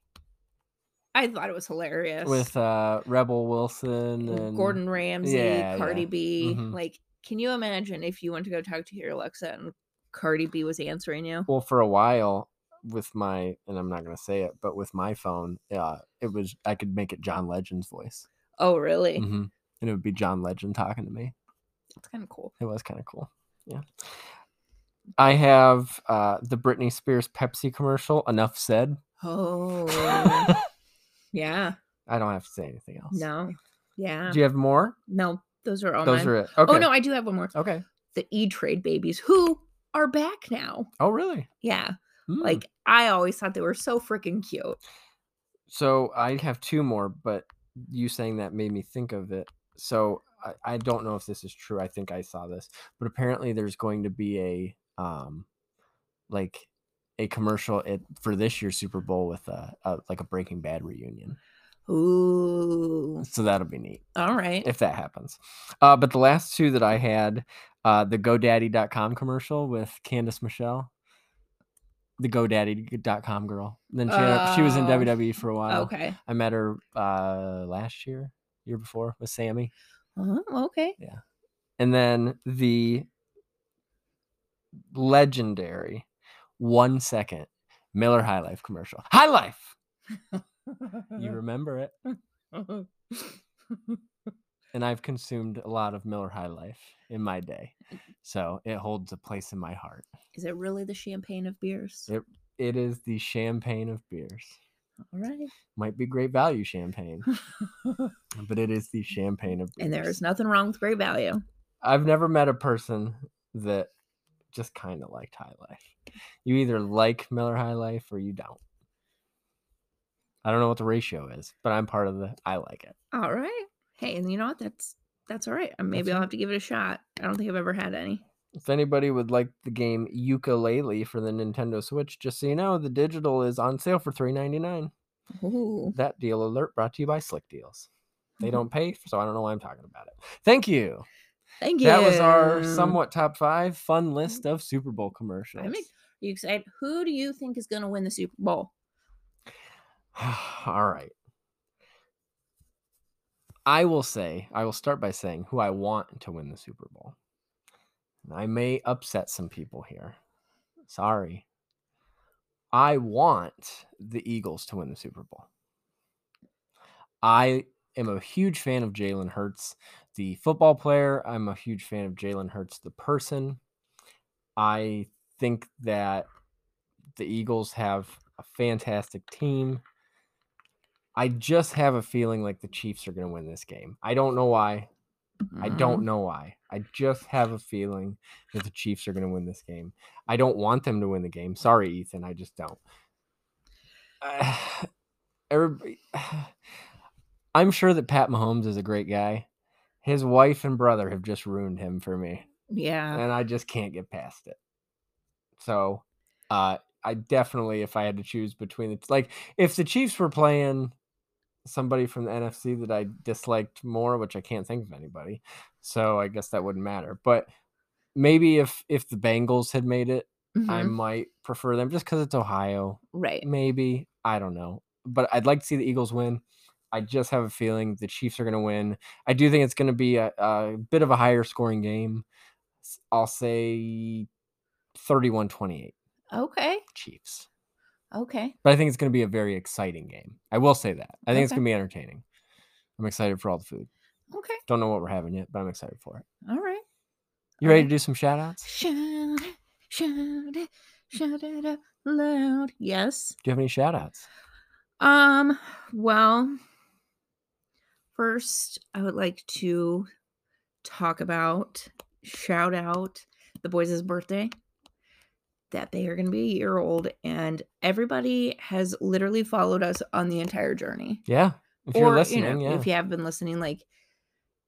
i thought it was hilarious With uh Rebel Wilson and gordon ramsay yeah, cardi yeah. b Mhm. like can you imagine if you went to go talk to your alexa and cardi b was answering you Well, for a while with my and I'm not gonna say it, but with my phone, uh, it was I could make it John Legend's voice, oh really hmm and it would be John Legend talking to me. that's kind of cool It was kind of cool. Yeah. I have uh, the Britney Spears Pepsi commercial. Enough said. oh I yeah don't have to say anything else. no yeah Do you have more? no those are all Those mine. are it. Okay. oh no i do have one more Okay. the e-trade babies who are back now Oh really? Yeah. Hmm. Like I always thought they were so freaking cute. So I have two more, but you saying that made me think of it. So I, I don't know if this is true. I think I saw this, but apparently there's going to be a um, like a commercial it for this year's Super Bowl with a, a like a Breaking Bad reunion. Ooh. So that'll be neat All right. if that happens. Uh, but the last two that I had, uh, the GoDaddy.com commercial with Candice Michelle, the GoDaddy.com girl. Then she, ended up- she was in Oh, WWE for a while. okay. I met her uh last year, year before with Sammy. Oh, okay. And then the legendary one Uh-huh. second Miller High Life commercial. High Life. You remember it. and I've consumed a lot of Miller High Life in my day, so it holds a place in my heart. Is it really the champagne of beers? It- It is the champagne of beers. All right. Might be great value champagne, but it is the champagne of beers. and there is nothing wrong with great value. I've never met a person that just kind of liked High Life. You either like Miller High Life or you don't. I don't know what the ratio is, but I'm part of the I like it. All right. Hey, and you know what? That's that's all right. And Maybe That's I'll have to give it a shot. I don't think I've ever had any. If anybody would like the game Ukulele for the Nintendo Switch, just so you know, the digital is on sale for $3.99. Ooh. That deal alert brought to you by Slick Deals. Mm-hmm. They don't pay, so I don't know why I'm talking about it. Thank you. Thank you. That was our somewhat top five fun list of Super Bowl commercials. I'm You excited? Who do you think is going to win the Super Bowl? All right. I will say, I will start by saying who I want to win the Super Bowl. And I may upset some people here. Sorry. I want the Eagles to win the Super Bowl. I am a huge fan of Jalen Hurts, the football player. I'm a huge fan of Jalen Hurts, the person. I think that the Eagles have a fantastic team. I just have a feeling like the Chiefs are going to win this game. I don't know why. I don't know why. I just have a feeling that the Chiefs are going to win this game. I don't want them to win the game. Sorry, Ethan. I just don't. Uh, everybody, I'm sure that Pat Mahomes is a great guy. His wife and brother have just ruined him for me Yeah. and I just can't get past it. So, uh, I definitely, if I had to choose between the t- like, if the Chiefs were playing somebody from the NFC that I disliked more, which I can't think of anybody, so I guess that wouldn't matter. But maybe if if the Bengals had made it, I Mhm. might prefer them just because it's Ohio. right. Maybe I don't know, but I'd like to see the Eagles win. I just have a feeling the Chiefs are going to win. I do think it's going to be a, a bit of a higher scoring game. S- I'll say 31-28 Okay. Chiefs. Okay. But I think it's going to be a very exciting game. I will say that. I think it's Okay. going to be entertaining. I'm excited for all the food. Okay. Don't know what we're having yet, but I'm excited for it. All right. You ready to do some shout outs? Shout, it, shout, it, shout it out loud. Do Yes. you have any shout outs? Um, well, first I would like to talk about shout out the boys' birthday that they are going to be a year old and everybody has literally followed us on the entire journey. Yeah. If you're listening, yeah. if you have been listening like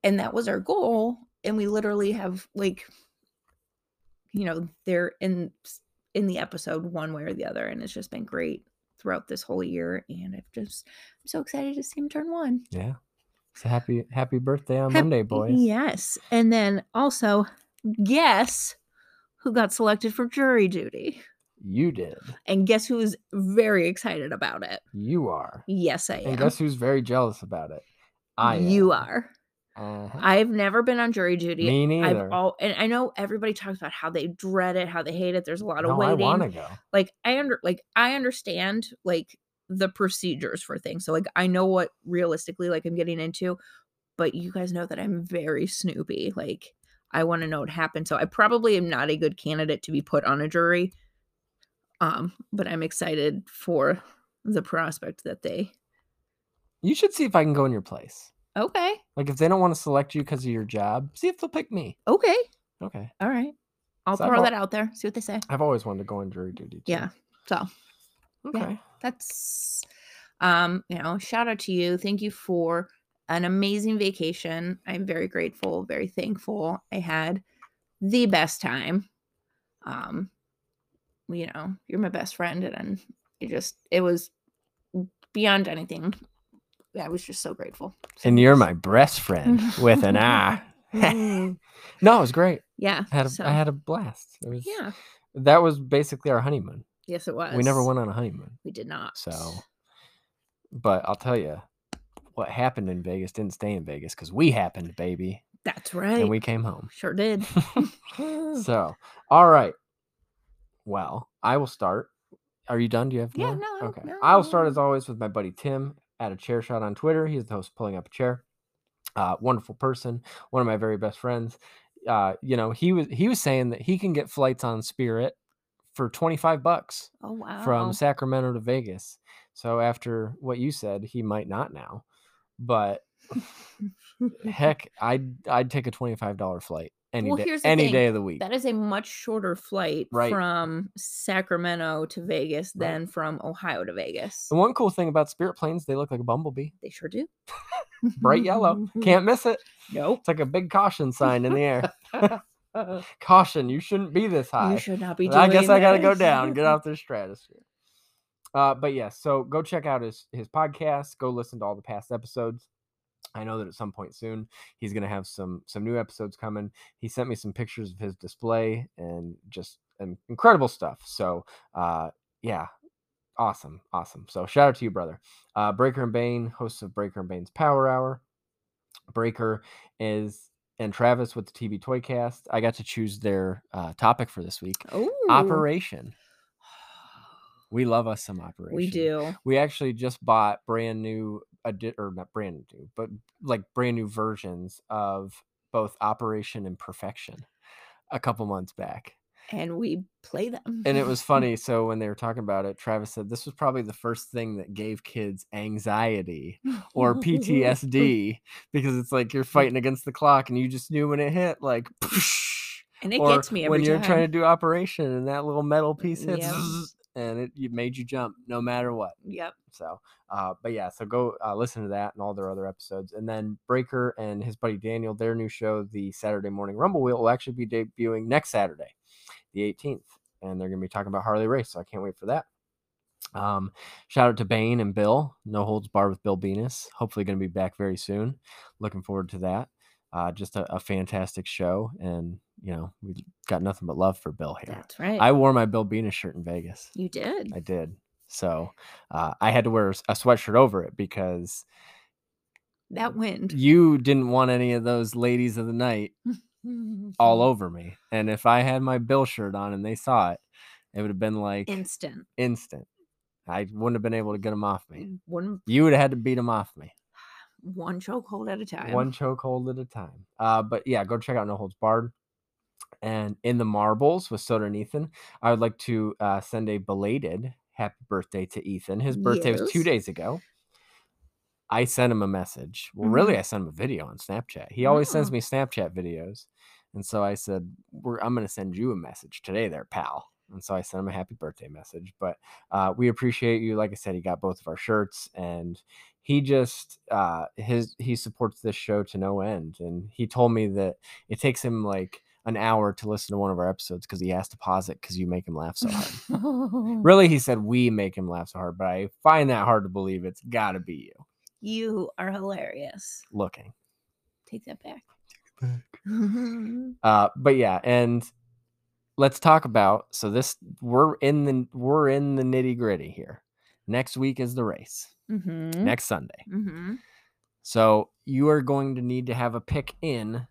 and that was our goal and we literally have like you know, they're in in the episode one way or the other and it's just been great throughout this whole year and I've just I'm so excited to see him turn 1. Yeah. So happy happy birthday on Hap- Monday, boys. Yes. And then also guess who got selected for jury duty You did. and guess who is very excited about it. You are. Yes, I am. And guess who's very jealous about it? I you am. are. Uh-huh. I've never been on jury duty. Me I've neither. all and I know everybody talks about how they dread it, how they hate it. There's a lot of no, I waiting. want to go. Like I under like I understand like the procedures for things. So like I know what realistically like I'm getting into, but you guys know that I'm very snoopy. Like I want to know what happened. So I probably am not a good candidate to be put on a jury. Um, but I'm excited for the prospect that they You should see if I can go in your place. Okay. Like if they don't want to select you because of your job, see if they'll pick me. Okay. Okay. All right. I'll So I've throw al- that out there. See what they say. I've always wanted to go on jury duty. Too. Yeah. So Okay. that's um you know shout out to you thank you for an amazing vacation i'm very grateful very thankful i had the best time um you know you're my best friend and, and it just it was beyond anything i was just so grateful So- And you're my best friend with an I. Mm, No, it was great. yeah I had a, so- I had a blast. It was, yeah That was basically our honeymoon. yes it was We never went on a honeymoon. we did not So, but I'll tell you, what happened in Vegas didn't stay in Vegas because we happened, baby, that's right and we came home. sure did Oh, so, all right. Well, I will start. Are you done? Do you have Yeah, more? no, Okay. no, I'll no, start no. as always with my buddy Tim at a chair shot on Twitter. He's the host of pulling up a chair. Uh, wonderful person, one of my very best friends. Uh, you know, he was he was saying that he can get flights on Spirit for twenty five bucks Oh wow. from Sacramento to Vegas. So after what you said, he might not now, but heck, I'd I'd take a twenty five dollar flight any Well, day here's the any thing, day of the week. that is a much shorter flight Right. from Sacramento to Vegas Right. than from Ohio to Vegas. The one cool thing about Spirit planes, they look like a bumblebee, They sure do. bright yellow. Can't miss it. Mm-hmm. Nope. It's like a big caution sign in the air. caution, you shouldn't be this high. You should not be doing I guess I got to go this. down, get off the stratosphere. Uh, but yes, so go check out his his podcast. Go listen to all the past episodes. I know that at some point soon he's going to have some some new episodes coming. He sent me some pictures of his display and just um, incredible stuff. So uh, yeah, awesome, awesome. So shout out to you, brother. Uh, Breaker and Bane, hosts of Breaker and Bane's Power Hour. Breaker is and Travis with the TV Toycast. I got to choose their uh, topic for this week. Ooh. Operation. We love us some Operation. We do. We actually just bought brand new, adi- or not brand new, but like brand new versions of both Operation and Perfection a couple months back. And we play them. And it was funny. So when they were talking about it, Travis said this was probably the first thing that gave kids anxiety or PTSD because it's like you're fighting against the clock and you just knew when it hit, like, and it or gets me every when you're time. trying to do operation and that little metal piece hits Yep. zzz, and it, it made you jump no matter what Yep. so uh but yeah so go uh, listen to that and all their other episodes and then breaker and his buddy daniel their new show the saturday morning rumble wheel will actually be debuting next saturday the 18th and they're going to be talking about harley race so i can't wait for that um shout out to bane and bill no holds barred with bill venus hopefully going to be back very soon looking forward to that uh just a, a fantastic show and you know we've got nothing but love for bill here That's right. i wore my bill venus shirt in vegas you did. I did. So uh, I had to wear s- a sweatshirt over it because that wind. you didn't want any of those ladies of the night Mm-hmm. all over me. And if I had my Bill shirt on and they saw it, it would have been like Instant. instant. I wouldn't have been able to get them off Mm. me. One You would have had to beat them off me. one chokehold at a time. One chokehold at a time. Uh, but yeah, go check out No Holds Barred. And in the marbles with Soda and Ethan, I would like to uh, send a belated happy birthday to Ethan. His birthday was two Yes. days ago. I sent him a message. Well, really, Mm-hmm. I sent him a video on Snapchat. He always sends Oh. me Snapchat videos. And so I said, We're, I'm going to send you a message today, there, pal. And so I sent him a happy birthday message. But uh, we appreciate you. Like I said, he got both of our shirts and he just uh his he supports this show to no end and he told me that it takes him like an hour to listen to one of our episodes because he has to pause it because you make him laugh so hard really he said we make him laugh so hard but i find that hard to believe it's gotta be you you are hilarious. looking Take that back. back. Mhm. uh but yeah and let's talk about so this we're in the we're in the nitty gritty here next week is the race Mhm. next sunday Mhm. So you are going to need to have a pick in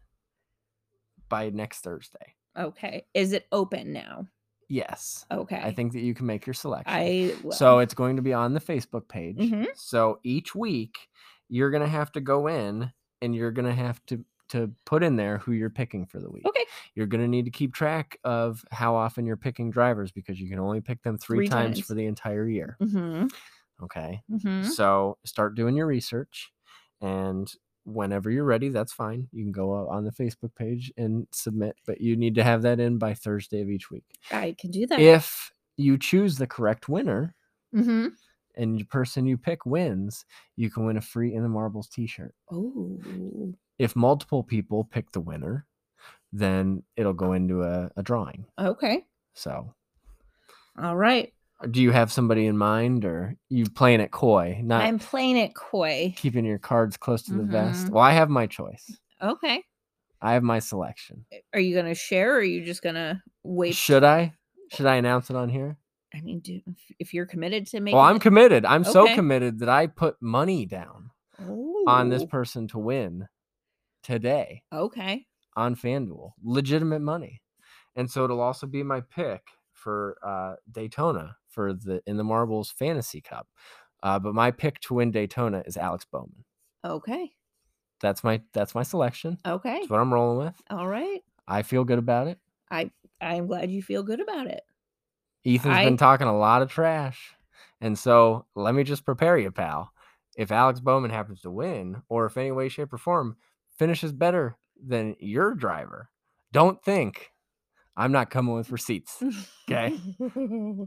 by next Thursday. Okay. Is it open now? Yes. Okay. I think that you can make your selection. I will. So it's going to be on the Facebook page. Mhm. So each week you're going to have to go in and you're going to have to to put in there who you're picking for the week. Okay. You're going to need to keep track of how often you're picking drivers because you can only pick them 3, Three times, times. for the entire year. Mhm. Okay? Mhm. So start doing your research, and whenever you're ready, that's fine. You can go out on the Facebook page and submit, but you need to have that in by Thursday of each week. I can do that. If you choose the correct winner Mhm. and the person you pick wins, you can win a free In the Marbles t shirt. Oh. If multiple people pick the winner, then it'll go into a, a drawing. Okay. So, uh, All right. do you have somebody in mind or you playing it coy, not I'm playing it coy. keeping your cards close to the vest? Mhm. Well, I have my choice. Okay. I have my selection. Are you gonna share or are you just gonna wait? Should I? Should I announce it on here? I mean, do, if- if you're committed to making. Well, I'm committed. I'm so Okay. committed that I put money down com- on this person to win today Okay. on FanDuel. Legitimate money. And so it'll also be my pick for uh, Daytona for the in the Marbles Fantasy Cup. Uh, but my pick to win Daytona is Alex Bowman. Okay. That's my that's my selection. Okay. That's what I'm rolling with. All right. I feel good about it. I'm glad you feel good about it. Ethan's I- been talking a lot of trash. And so let me just prepare you, pal. If Alex Bowman happens to win, or if any way, shape, or form finishes better than your driver, don't think I'm not coming with receipts. Okay.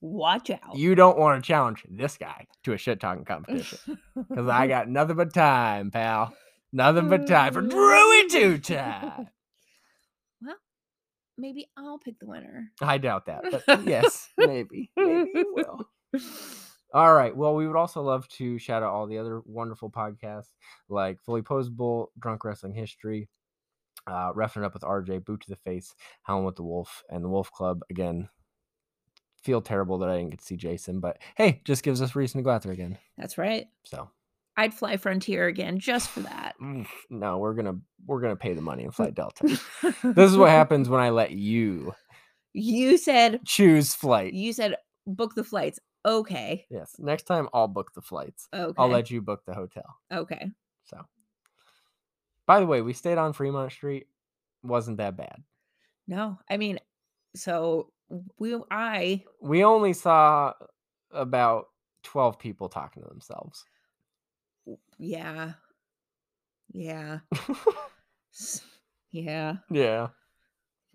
Watch out. You don't want to challenge this guy to a shit talking competition because I got nothing but time, pal. Nothing but time for Drewy Two Time. Maybe I'll pick the winner. I doubt that, but yes, maybe. Maybe you will. All right. Well, we would also love to shout out all the other wonderful podcasts like Fully Posable, Drunk Wrestling History, uh, Roughing It Up with RJ, Boot to the Face, Howling with the Wolf, and the Wolf Club. Again, feel terrible that I didn't get to see Jason, but hey, just gives us reason to go out there again. That's right. So I'd fly Frontier again just for that. mm, no, we're gonna we're gonna pay the money and fly Delta. this is what happens when I let you You said choose flight. you said book the flights. Okay. Yes. Next time I'll book the flights. Okay. I'll let you book the hotel. okay. So, by the way, we stayed on Fremont Street. wasn't that bad. No. I mean, so we I We only saw about twelve people talking to themselves. yeah. Yeah. s- Yeah. yeah,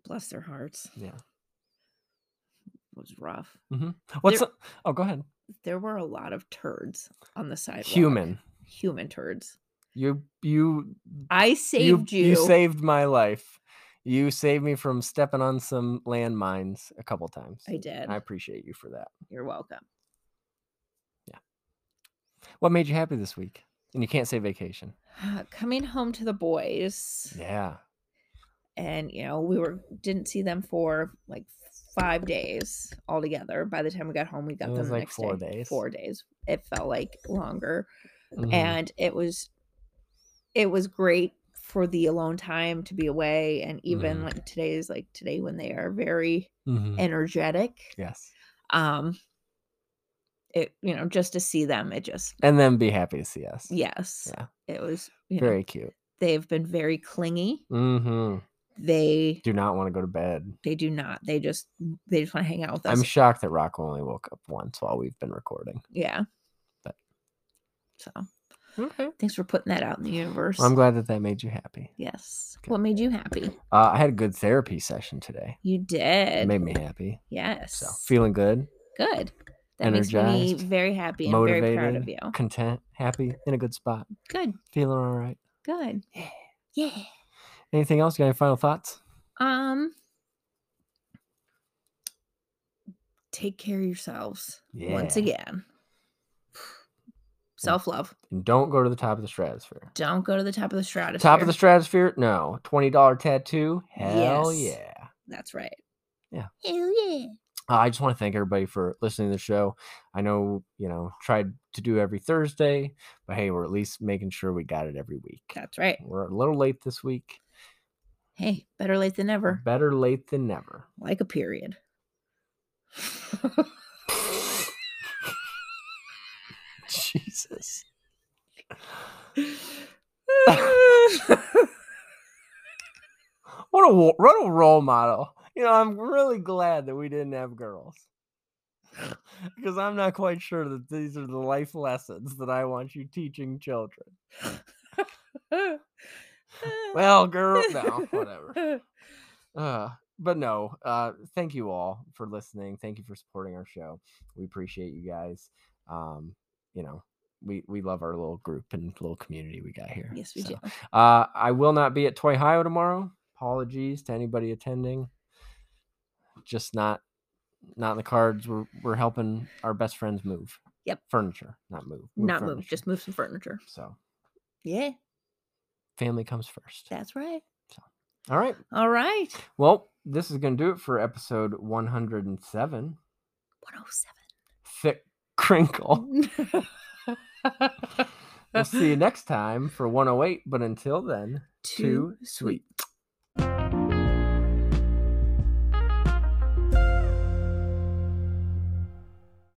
Bless their hearts. yeah. It was rough. What's There- the- oh? Go ahead. There were a lot of turds on the sidewalk. Human, Human turds. you Mm. you I saved you. you saved my life. You saved me from stepping on some landmines a couple times. I did. I appreciate you for that. You're welcome. What made you happy this week? And you can't say vacation. Coming home to the boys. Yeah. and you know we were didn't see them for like five days altogether by the time we got home we got It them was the like next four day days. four days it felt like longer Mhm. and it was it was great for the alone time to be away and even Mhm. like today is like today when they are very Mhm. energetic yes. um it you know just to see them it just And then be happy to see us. yes Yeah. it was you know Very cute. they've been very clingy Mm-hmm. they do not want to go to bed. they do not they just mm, they just want to hang out with us I'm shocked that Rock only woke up once while we've been recording. Yeah. But- so Okay. thanks for putting that out in the universe. I'm glad that that made you happy. Yes. Okay. What made you happy? Uh, I had a good therapy session today. You It did. made me happy. Yes. So feeling good, good. That makes me energized, very happy and very proud of you. motivated, content, happy, in a good spot, Good. feeling all right. Good. Yeah. Yeah. Anything else? You got any final thoughts? Um take care of yourselves once Yeah. again. Self-love. And don't go to the top of the stratosphere. Don't go to the top of the stratosphere. Top of the stratosphere? No. Twenty dollar tattoo? Hell Yes. yeah. That's right. Yeah. Hell yeah. Uh, I just want to thank everybody for listening to the show. I know, you know, tried to do every Thursday, but hey, we're at least making sure we got it every week. That's right. We're a little late this week. Hey, better late than never. Better late than never. like a period. Jesus. What a wo- what a role model. You know, I'm really glad that we didn't have girls. Because I'm not quite sure that these are the life lessons that I want you teaching children. Well, girl, no, whatever. Uh, but no, uh, thank you all for listening. Thank you for supporting our show. We appreciate you guys. Um, you know, we we love our little group and little community we got here. yes, we So, do. Uh, I will not be at Toy Hio tomorrow. Apologies to anybody attending. Just not not in the cards. We're we're helping our best friends move. Yep. Furniture, not move. Not move, furniture. just move some furniture. So Yeah, family comes first. that's right. All right. All right. Well, this is gonna do it for episode 107. Oh. 107. thick crinkle. oh We'll see you next time for 108, but until then, too sweet.